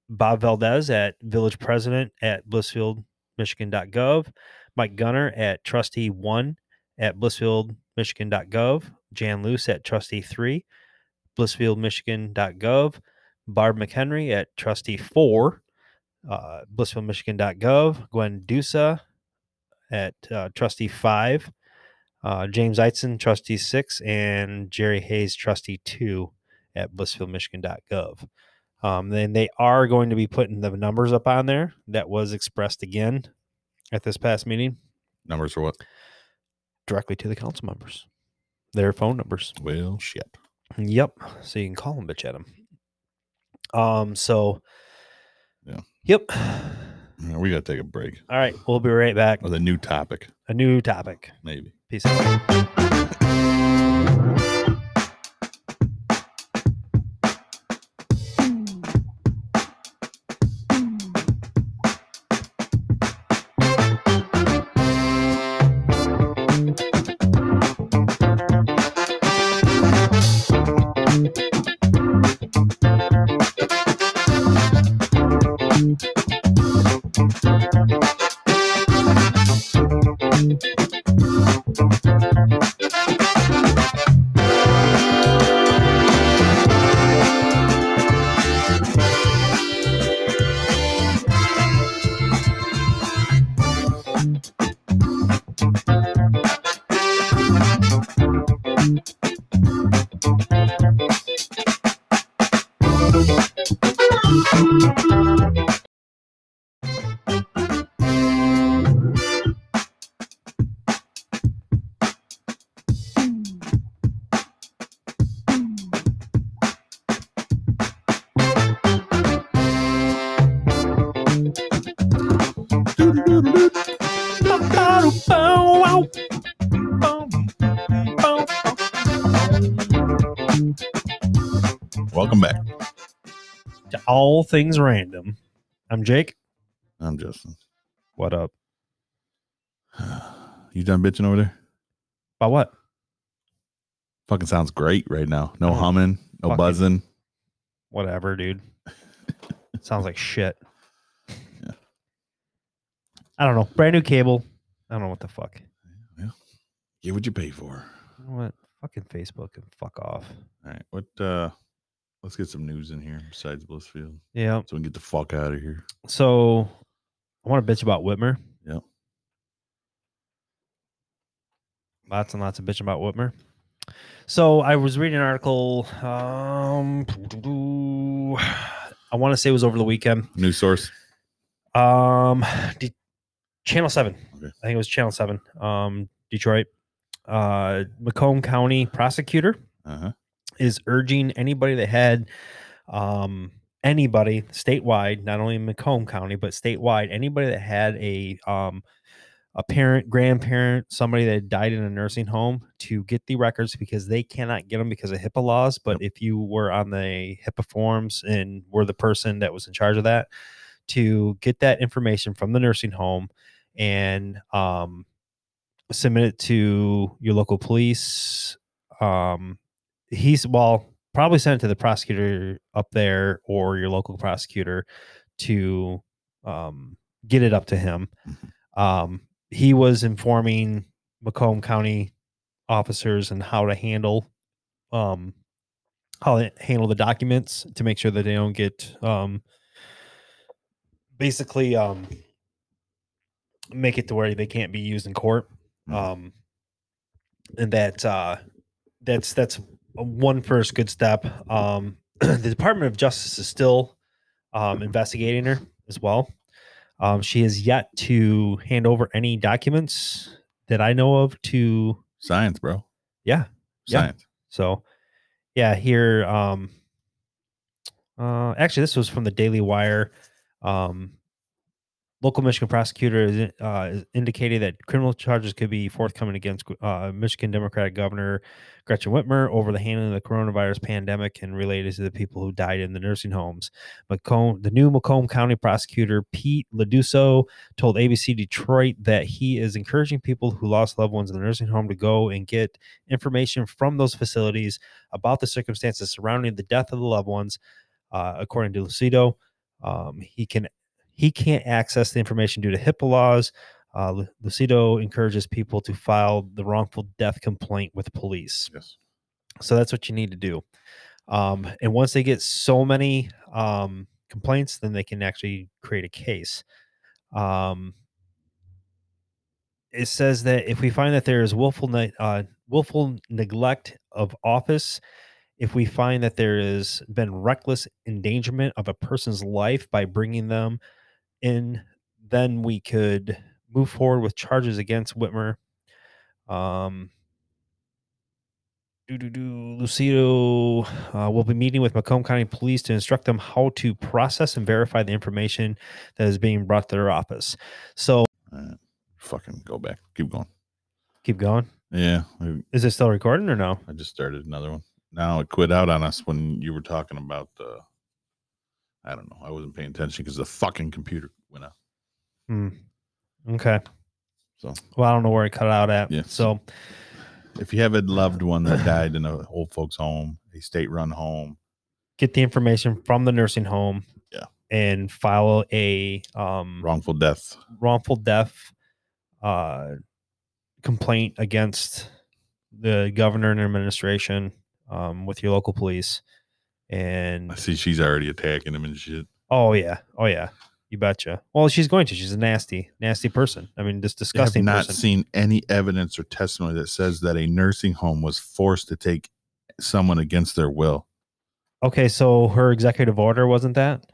D: Bob Valdez at village president at blissfieldmichigan.gov, Mike Gunner at trustee1 at blissfieldmichigan.gov, Jan Luce at trustee3, blissfieldmichigan.gov, Barb McHenry at trustee4, uh, blissfieldmichigan.gov, Gwen Dusa at uh, trustee five, uh, James Eitzen, trustee six, and Jerry Hayes, trustee two at blissfieldmichigan.gov. Um, then they are going to be putting the numbers up on there that was expressed again at this past meeting
A: Numbers for what?
D: directly to the council members, their phone numbers.
A: Well, shit.
D: Yep. So you can call them, bitch at them. Um, so,
A: Yeah.
D: Yep.
A: Yeah, We got to take a break
D: All right. We'll be right back.
A: with a new topic,
D: A new topic.
A: maybe.
D: Peace out. all things random. I'm Jake.
A: I'm Justin.
D: What up?
A: You done bitching over there?
D: About what?
A: Fucking sounds great right now. No
D: Oh,
A: humming, no
D: fucking-
A: buzzing.
D: Whatever, dude. Sounds like shit.
A: Yeah.
D: I don't know. Brand new cable. I don't know what the fuck.
A: Get what you pay for.
D: You know what? Fucking Facebook and fuck off.
A: All right. What uh let's get some news in here besides Blissfield.
D: Yeah.
A: So we can get the fuck out of here.
D: So I want to bitch about Whitmer.
A: Yep.
D: Lots and lots of bitching about Whitmer. So I was reading an article. Um, I want to say it was over the weekend.
A: New source.
D: Um, De- Channel Seven.
A: Okay.
D: I think it was Channel Seven. Um, Detroit. Uh, Macomb County prosecutor
A: Uh-huh.
D: is urging anybody that had um, anybody statewide, not only in Macomb County but statewide, anybody that had a um, a parent, grandparent, somebody that died in a nursing home to get the records because they cannot get them because of HIPAA laws. But if you were on the HIPAA forms and were the person that was in charge of that, to get that information from the nursing home and um, submit it to your local police. Um, he's well probably send it to the prosecutor up there or your local prosecutor to um, get it up to him um, he was informing macomb county officers and how to handle um, how to handle the documents to make sure that they don't get um, basically um, make it to where they can't be used in court
A: Mhm.
D: um, and that uh, that's that's a- one first good step. Um, the Department of Justice is still um, investigating her as well. Um, she has yet to hand over any documents that I know of to.
A: Science, bro.
D: Yeah, Yeah.
A: Science.
D: so yeah, here. Um, uh, actually, this was from the Daily Wire. Um, local Michigan prosecutor is, in- uh, is indicated that criminal charges could be forthcoming against uh, Michigan Democratic Governor Gretchen Whitmer over the handling of the coronavirus pandemic and related to the people who died in the nursing homes. Macomb, the new Macomb County prosecutor Pete Ledusso told ABC Detroit that he is encouraging people who lost loved ones in the nursing home to go and get information from those facilities about the circumstances surrounding the death of the loved ones. Uh, according to Lucido, um, he can he can't access the information due to HIPAA laws. Uh, Lu- Lucido encourages people to file the wrongful death complaint with police.
A: Yes.
D: So that's what you need to do. Um, and once they get so many um, complaints, then they can actually create a case. Um, it says that if we find that there is willful ne- uh, willful neglect of office, if we find that there has been reckless endangerment of a person's life by bringing them in, then we could move forward with charges against Whitmer. Um, do do do Lucido uh, will be meeting with Macomb County Police to instruct them how to process and verify the information that is being brought to their office. So
A: All right. Fucking go back. Keep going.
D: keep going.
A: Yeah. I,
D: Is it still recording or no?
A: I just started another one. Now it quit out on us when you were talking about the I don't know. I wasn't paying attention because the fucking computer went out.
D: Hmm. Okay.
A: So
D: Well, I don't know where it cut out at.
A: Yeah.
D: So
A: if you have a loved one that died in a old folks home, a state run home,
D: get the information from the nursing home.
A: Yeah.
D: And file a um,
A: wrongful death,
D: wrongful death uh, complaint against the governor and administration um, with your local police. And
A: I see she's already attacking him and shit.
D: oh yeah, oh yeah, you betcha. Well, she's going to. She's a nasty, nasty person. I mean,
A: I
D: just
A: have
D: disgusting
A: not
D: person.
A: seen any evidence or testimony that says that a nursing home was forced to take someone against their will.
D: okay, so her executive order wasn't that.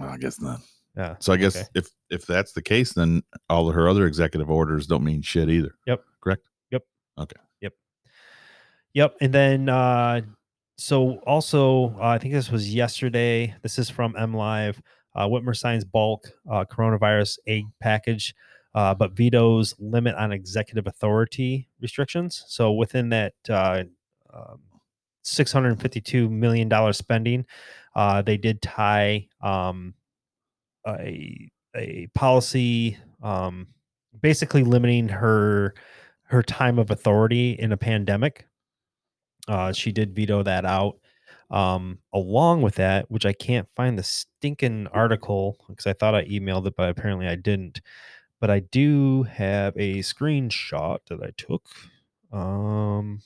A: I guess not.
D: Yeah.
A: So I guess
D: Okay.
A: if if that's the case, then all of her other executive orders don't mean shit either.
D: Yep. And then uh so also uh, I think this was yesterday. This is from M Live. Uh, Whitmer signs bulk uh, coronavirus aid package, uh, but vetoes limit on executive authority restrictions. So within that uh, um, $652 million spending, Uh, they did tie um, a a policy, um, basically limiting her her time of authority in a pandemic. Uh, she did veto that out. Um, along with that, which I can't find the stinking article because I thought I emailed it, but apparently I didn't. But I do have a screenshot that I took. Um,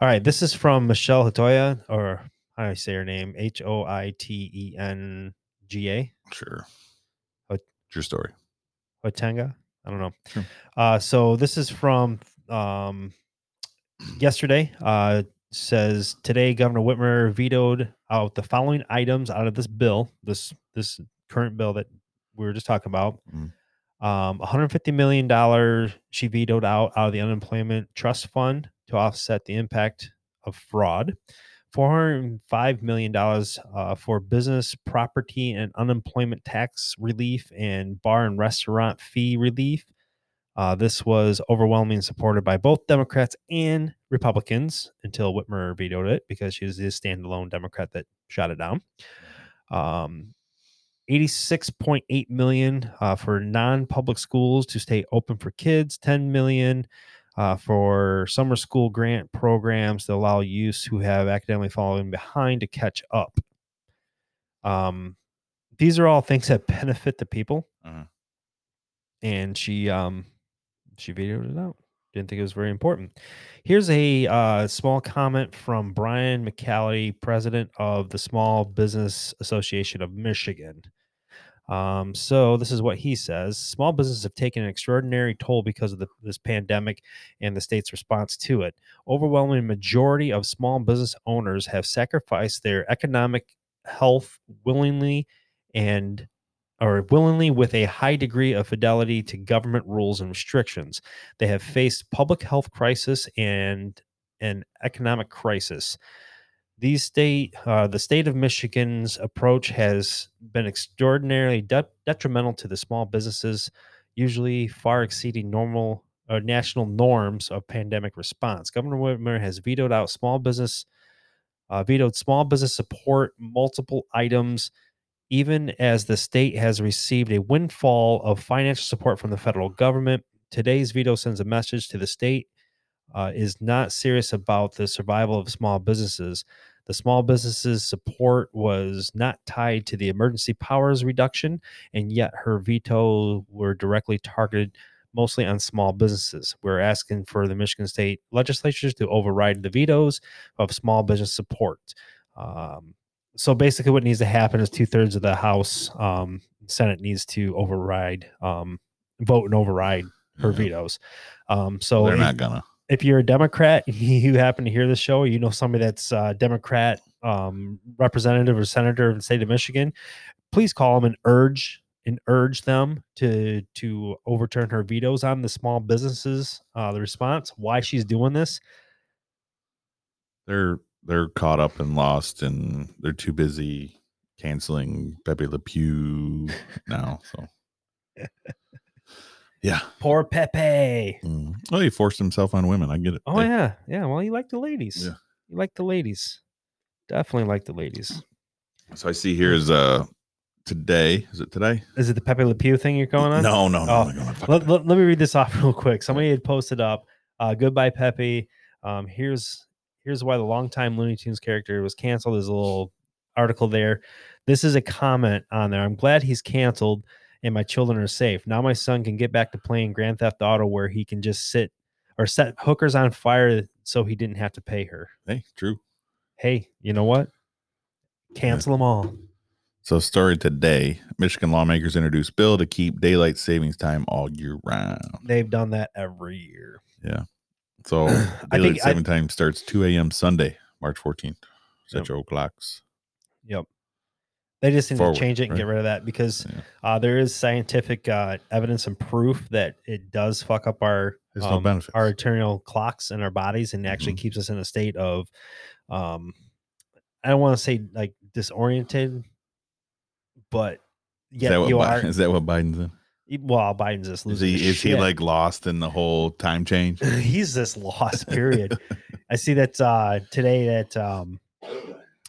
D: all right, this is from Michelle Hatoya, or how do I say her name? H O I T E N G A.
A: Sure.
D: Oh.
A: True story.
D: Hotenga. I don't know.
A: Sure.
D: Uh, so this is from um, yesterday. Uh, says today Governor Whitmer vetoed out the following items out of this bill, this this current bill that we were just talking about.
A: Mm.
D: Um, 150 million dollars she vetoed out out of the unemployment trust fund to offset the impact of fraud. 405 million dollars uh, for business property and unemployment tax relief and bar and restaurant fee relief uh, this was overwhelming supported by both democrats and republicans until whitmer vetoed it because she was the standalone democrat that shot it down um, 86.8 million uh, for non-public schools to stay open for kids 10 million uh, for summer school grant programs to allow youths who have academically fallen behind to catch up. Um, these are all things that benefit the people.
A: Mhm.
D: And she um, she vetoed it out. Didn't think it was very important. Here's a uh, small comment from Brian McCallie, president of the Small Business Association of Michigan. Um, so this is what he says: Small businesses have taken an extraordinary toll because of the, this pandemic and the state's response to it. Overwhelming majority of small business owners have sacrificed their economic health willingly and or willingly with a high degree of fidelity to government rules and restrictions. They have faced public health crisis and an economic crisis. These state, uh, the state of Michigan's approach has been extraordinarily de- detrimental to the small businesses, usually far exceeding normal or national norms of pandemic response. Governor Whitmer has vetoed out small business, uh, vetoed small business support, multiple items, even as the state has received a windfall of financial support from the federal government. Today's veto sends a message to the state uh, is not serious about the survival of small businesses. The small businesses' support was not tied to the emergency powers reduction, and yet her veto were directly targeted mostly on small businesses. We're asking for the Michigan state legislatures to override the vetoes of small business support. Um, so basically, what needs to happen is two thirds of the House, um, Senate needs to override, um, vote and override her
A: Yeah.
D: vetoes. Um, so
A: They're
D: if-
A: not gonna.
D: if you're a Democrat, you happen to hear this show, or you know somebody that's a Democrat um, representative or senator of the state of Michigan, please call them and urge and urge them to to overturn her vetoes on the small businesses. Uh, the response, why she's doing this,
A: They're they're caught up and lost, and they're too busy canceling Pepe Le Pew now. So. Yeah.
D: poor Pepe.
A: Mm. Oh, he forced himself on women. I get it.
D: Oh
A: They-
D: yeah, yeah. Well, you like the ladies.
A: Yeah.
D: You like the ladies. Definitely like the ladies.
A: So I see here is uh today. Is it today?
D: Is it the Pepe Le Pew thing you're going on?
A: No, no, no.
D: Oh,
A: no, no, no, fuck
D: let,
A: that.
D: let, let me read this off real quick. Somebody had posted up, uh, "Goodbye, Pepe." Um, here's here's why the longtime Looney Tunes character was canceled. There's a little article there. This is a comment on there. I'm glad he's canceled, and my children are safe. Now my son can get back to playing Grand Theft Auto, where he can just sit or set hookers on fire, so he didn't have to pay her.
A: Hey, true.
D: Hey, you know what? Cancel them all.
A: So story today. Michigan lawmakers introduced bill to keep daylight savings time all year round.
D: They've done that every year.
A: So
D: I
A: daylight
D: think I-
A: saving time starts 2 a.m. Sunday, March 14th. Set
D: Yep.
A: your clocks.
D: Yep. They just need
A: Forward,
D: to change it and get
A: right?
D: rid of that because
A: Yeah.
D: uh, there is scientific uh, evidence and proof that it does fuck up our um,
A: There's no benefits.
D: our arterial clocks in our bodies and actually
A: Mhm.
D: keeps us in a state of um, I don't want to say like disoriented, but
A: Is that
D: yeah,
A: what
D: you
A: Bi-
D: are. e,
A: Is that what Biden's in?
D: well, Biden's just
A: Is
D: losing.
A: he
D: his
A: is he
D: shit.
A: like lost in the whole time change?
D: he's this lost period. I see that uh, today that um,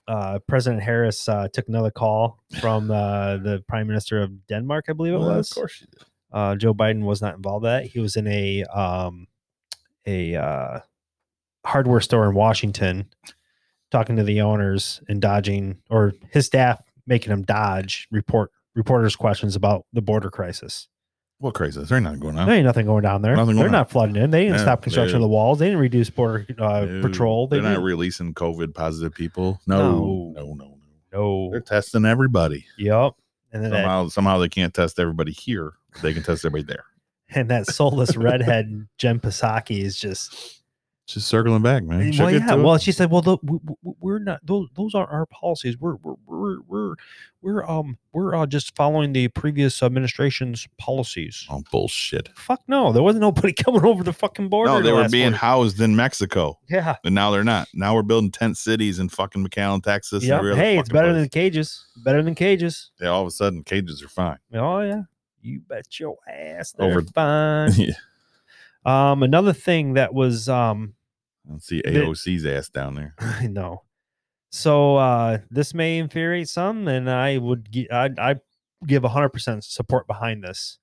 D: uh, President Harris uh, took another call from uh, the Prime Minister of Denmark, I believe it was.
A: Of course you did.
D: Uh, Joe Biden was not involved in that. He was in a um, a uh, hardware store in Washington, talking to the owners and dodging or his staff making him dodge report reporters' questions about the border crisis.
A: What crisis? They're not going on.
D: There ain't nothing going down there.
A: Nothing
D: They're
A: going
D: not flooding in. They didn't
A: No,
D: stop construction of
A: they-
D: the walls. They didn't reduce border uh,
A: No,
D: patrol. They
A: They're not
D: didn't.
A: releasing COVID positive people. No, no, no, no.
D: no.
A: They're testing everybody.
D: Yep. And then that
A: Somehow, somehow they can't test everybody here. but They can test everybody there.
D: and that soulless redhead Jen Psaki is just
A: Just circling back, man. Shook
D: well,
A: it
D: yeah.
A: to it.
D: Well, she said, well, tho- w- w- we're not those. Those aren't our policies. We're we're we're we're we're um we're uh, just following the previous administration's policies.
A: oh bullshit.
D: Fuck no, there wasn't nobody coming over the fucking border.
A: No, they
D: the
A: were
D: last
A: being
D: week.
A: housed in Mexico,
D: yeah.
A: and now they're not. Now we're building tent cities in fucking McAllen, Texas. and
D: Yep.
A: every other
D: Hey, it's
A: fucking
D: better
A: place.
D: than cages. Better than cages.
A: Yeah, all of a sudden cages are fine.
D: Oh yeah. You bet your ass they're
A: Over-
D: fine.
A: Yeah.
D: um, another thing that was um
A: I don't see AOC's ass down there.
D: I know. So uh, this may infuriate some, and I would gi- I I give hundred percent support behind this.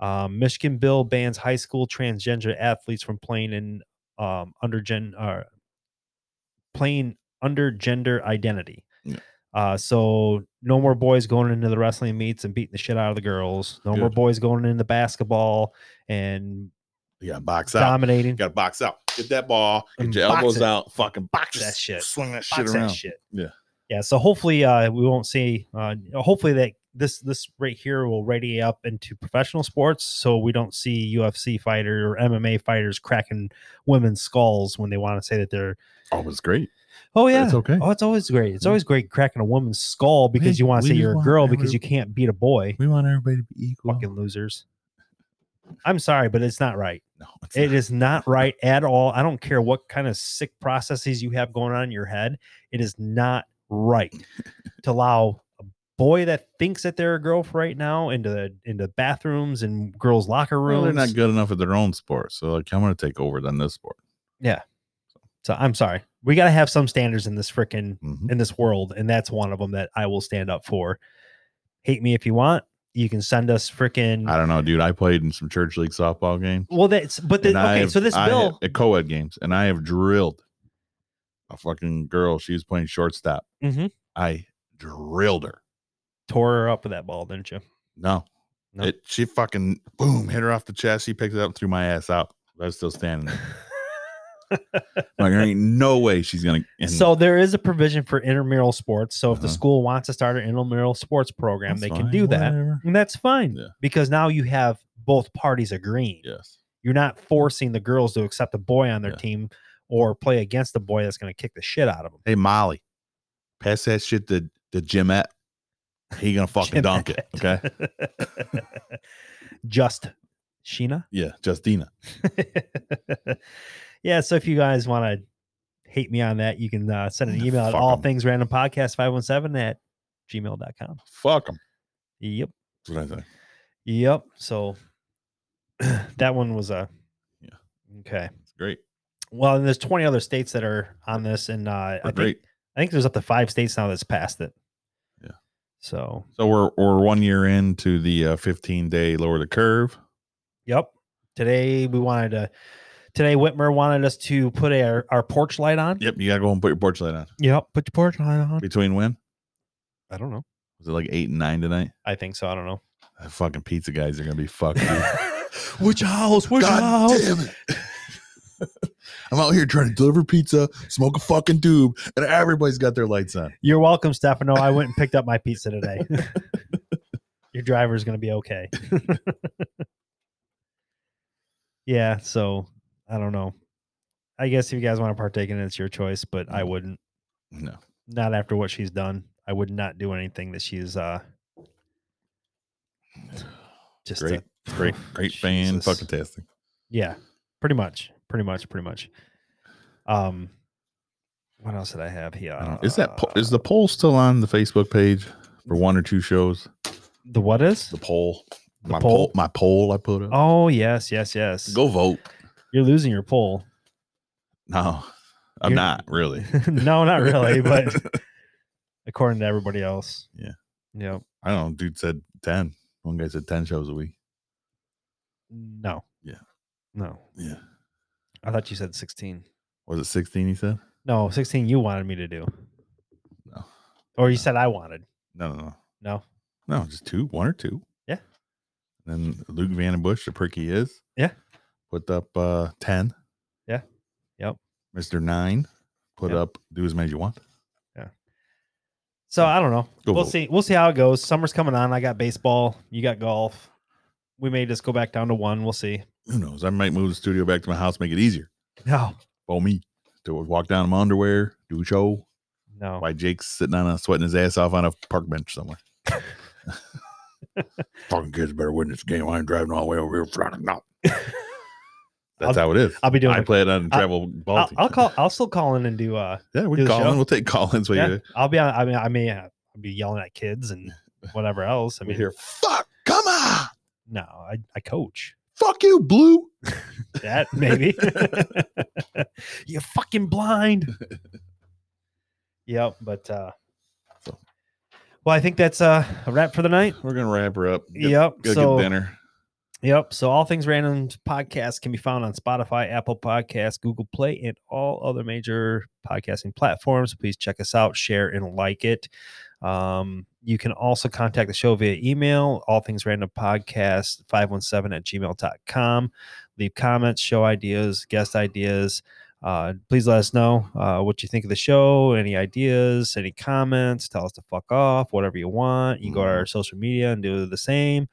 D: Um, Michigan bill bans high school transgender athletes from playing in um, under gen uh, playing under gender identity.
A: Yeah.
D: Uh, so no more boys going into the wrestling meets and beating the shit out of the girls. No more
A: Good.
D: boys going into basketball and
A: You got to box out.
D: dominating.
A: You got to box out. Get that ball. Get
D: And
A: your
D: box
A: elbows
D: it.
A: out. Fucking box
D: That shit.
A: Swing that shit
D: box that
A: around.
D: shit.
A: Yeah.
D: Yeah. So hopefully uh we won't see uh hopefully that this this right here will radiate up into professional sports so we don't see UFC fighter or MMA fighters cracking women's skulls when they want to say that they're
A: Oh, it was great.
D: oh yeah.
A: It's okay.
D: Oh, it's always great. It's always great cracking a woman's skull because
A: Hey,
D: you want to
A: we
D: say
A: just
D: you're a
A: want
D: girl because
A: every-
D: you can't beat a boy.
A: We want everybody to be equal.
D: Fucking losers. I'm sorry, but it's not right.
A: no, it's
D: It
A: not.
D: is not right at all. I don't care what kind of sick processes you have going on in your head. It is not right to allow a boy that thinks that they're a girl for right now into the into bathrooms and girls' locker
A: Well,
D: rooms.
A: they're not good enough at their own sport. So like, I'm going to take over on this sport.
D: So I'm sorry. We gotta have some standards in this freaking
A: Mhm.
D: in this world, and that's one of them that I will stand up for. Hate me if you want. You can send us
A: I
D: freaking.
A: don't know, dude. I played in some church league softball games.
D: Well, that's but the,
A: and I
D: okay.
A: have-
D: so this
A: I
D: bill,
A: have- at co-ed games, and I have drilled a fucking girl. She was playing shortstop.
D: Mhm.
A: I drilled her.
D: tore her up with that ball, didn't you?
A: No,
D: No.
A: It, she fucking boom hit her off the chest. She picked it up, and threw my ass out. I was still standing there. like there ain't no way she's gonna. and
D: so there is a provision for intramural sports. So if the
A: Uh-huh.
D: school wants to start an intramural sports program,
A: that's
D: they
A: fine,
D: can do that.
A: whatever.
D: And that's fine
A: Yeah.
D: because now you have both parties agreeing.
A: Yes.
D: You're not forcing the girls to accept a boy on their
A: Yeah.
D: team or play against a boy that's going to kick the shit out of them.
A: Hey Molly, pass that shit to to Jimette. He gonna fucking dunk it. Okay.
D: Just Sheena.
A: Yeah, Justina.
D: yeah. So if you guys want to hate me on that, you can uh, send an
A: Yeah,
D: email at
A: fuck
D: all
A: 'em.
D: things random podcast 517 at gmail.com.
A: Fuck them.
D: Yep.
A: That's what I think.
D: Yep. So that one was a
A: Yeah.
D: Okay.
A: It's great.
D: Well, and there's 20 other states that are on this, and uh, I
A: We're
D: think
A: great.
D: I think there's up to five states now that's passed it.
A: Yeah.
D: So
A: So we're we're one year into the uh, 15 day lower the curve.
D: yep. Today we wanted to. Today Whitmer wanted us to put our, our porch light on.
A: Yep, you gotta go and put your porch light on.
D: Yep. Put your porch light on.
A: Between when
D: I don't know.
A: was it like eight and nine tonight?
D: I think so. I don't know.
A: The fucking pizza guys are gonna be fucked. dude.
D: Which house? Which
B: God
D: house?
B: damn it. I'm out here trying to deliver pizza, smoke a fucking doob, and everybody's got their lights on.
D: You're welcome, Stefano. I went and picked up my pizza today. Your driver's going to be okay. yeah, so I don't know. I guess if you guys want to partake in it, it's your choice, but
A: Mm-hmm.
D: I wouldn't.
A: No,
D: Not after what she's done. I would not do anything that she's uh just a-
A: great, great, great fan,
D: Jesus.
A: fucking tastic.
D: yeah, pretty much, pretty much, pretty much. Um, what else did I have here? Uh,
A: Is that po- is the poll still on the Facebook page for one or two shows?
D: the what is
A: The poll,
D: The
A: my
D: poll?
A: poll, my poll I put up.
D: Oh yes, yes, yes.
A: Go vote.
D: You're losing your poll.
A: No, I'm
D: You're-
A: not really.
D: no, not really, but according to everybody else.
A: Yeah.
D: Yeah.
A: I don't know. Dude said 10. One guy said 10 shows a week.
D: No.
A: Yeah.
D: No.
A: Yeah.
D: I thought you said 16.
A: Was it 16 he said?
D: No, 16 you wanted me to do.
A: No.
D: Or you said I wanted.
A: No, no, no.
D: No.
A: No, just two, one or two.
D: Yeah.
A: And then Luke Van and Bush, the prick he is.
D: Yeah.
A: Put up uh 10.
D: Yeah. Yep.
A: Mr. Nine put
D: Yep.
A: up do as many as you want.
D: So I don't know.
A: Go
D: we'll
A: vote.
D: see. We'll see how it goes. Summer's coming on. I got baseball. You got golf. We may just go back down to one. We'll see.
A: Who knows? I might move the studio back to my house, make it easier.
D: No.
A: For me. To walk down in my underwear, do a show.
D: No.
A: Why Jake's sitting on a sweating his ass off on a park bench somewhere. Fucking kids better win this game. I ain't driving all the way over here. Flying up. That's how it is.
D: I'll be doing
A: I
D: it.
A: play it on
D: I'll-
A: travel ball
D: I'll,
A: team.
D: I'll call I'll still call in and do uh
A: Yeah, we
D: do the
A: call
D: show.
A: in. We'll take call-ins. while
D: yeah,
A: you
D: I'll be on I mean I may uh, be yelling at kids and whatever else. I
A: we
D: mean
A: hear, fuck, come on,
D: no, I, I coach.
A: fuck you, blue.
D: That maybe. You're fucking blind. yep, but uh
A: So.
D: well I think that's uh, a wrap for the night.
A: We're gonna wrap her up. Get-
D: yep.
A: Go
D: so
A: get dinner.
D: Yep. So all things random podcasts can be found on Spotify, Apple Podcasts, Google Play, and all other major podcasting platforms. Please check us out, share, and like it. Um, you can also contact the show via email, all things random podcast 517 at gmail.com. Leave comments, show ideas, guest ideas. Uh, please let us know uh, what you think of the show, any ideas, any comments. Tell us to fuck off, whatever you want. You can go
A: Mm-hmm.
D: to our social media and do the same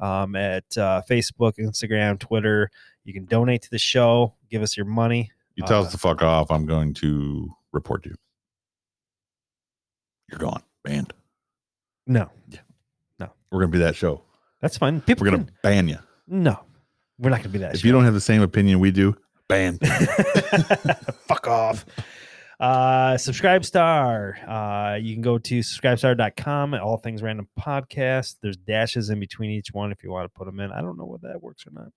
D: um, at uh, Facebook, Instagram, Twitter. You can donate to the show, give us your money.
A: You tell
D: Uh,
A: us to fuck off. I'm going to report you. You're gone, banned.
D: No,
A: We're gonna be that show.
D: that's fine. People
A: We're gonna
D: can-
A: ban you
D: no, we're not gonna be that.
A: if you don't have the same opinion we do. Banned.
D: fuck off. Uh, subscribe star. Uh, you can go to subscribestar.com at all things random podcast. There's dashes in between each one if you want to put them in. I don't know whether that works or not.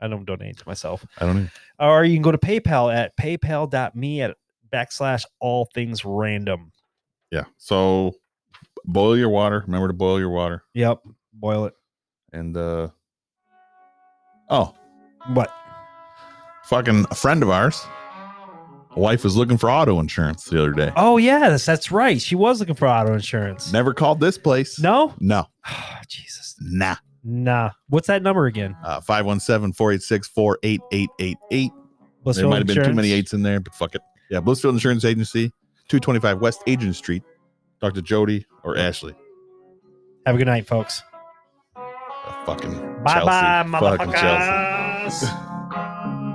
D: I don't donate to myself.
A: I don't know.
D: or you can go to PayPal at paypal.me at backslash all things random.
A: Yeah. So boil your water. Remember to boil your water.
D: Yep. Boil it.
A: And uh oh,
D: What?
A: fucking a friend of ours. Wife was looking for auto insurance the other day.
D: Oh yes, that's right. She was looking for auto insurance.
A: Never called this place.
D: No?
A: No.
D: Ah, Jesus.
A: Nah.
D: Nah. What's that number again?
A: Uh, 517-486-4888. There
D: Blissfield
A: might have been too many
D: Insurance?
A: eights in there, but fuck it. Yeah, Blissfield Insurance Agency, 225 West Agent Street. Talk to Jody or Ashley.
D: Have a good night, folks.
A: Uh, fucking
D: Bye bye,
A: Chelsea. Fucking Chelsea.
D: motherfuckers.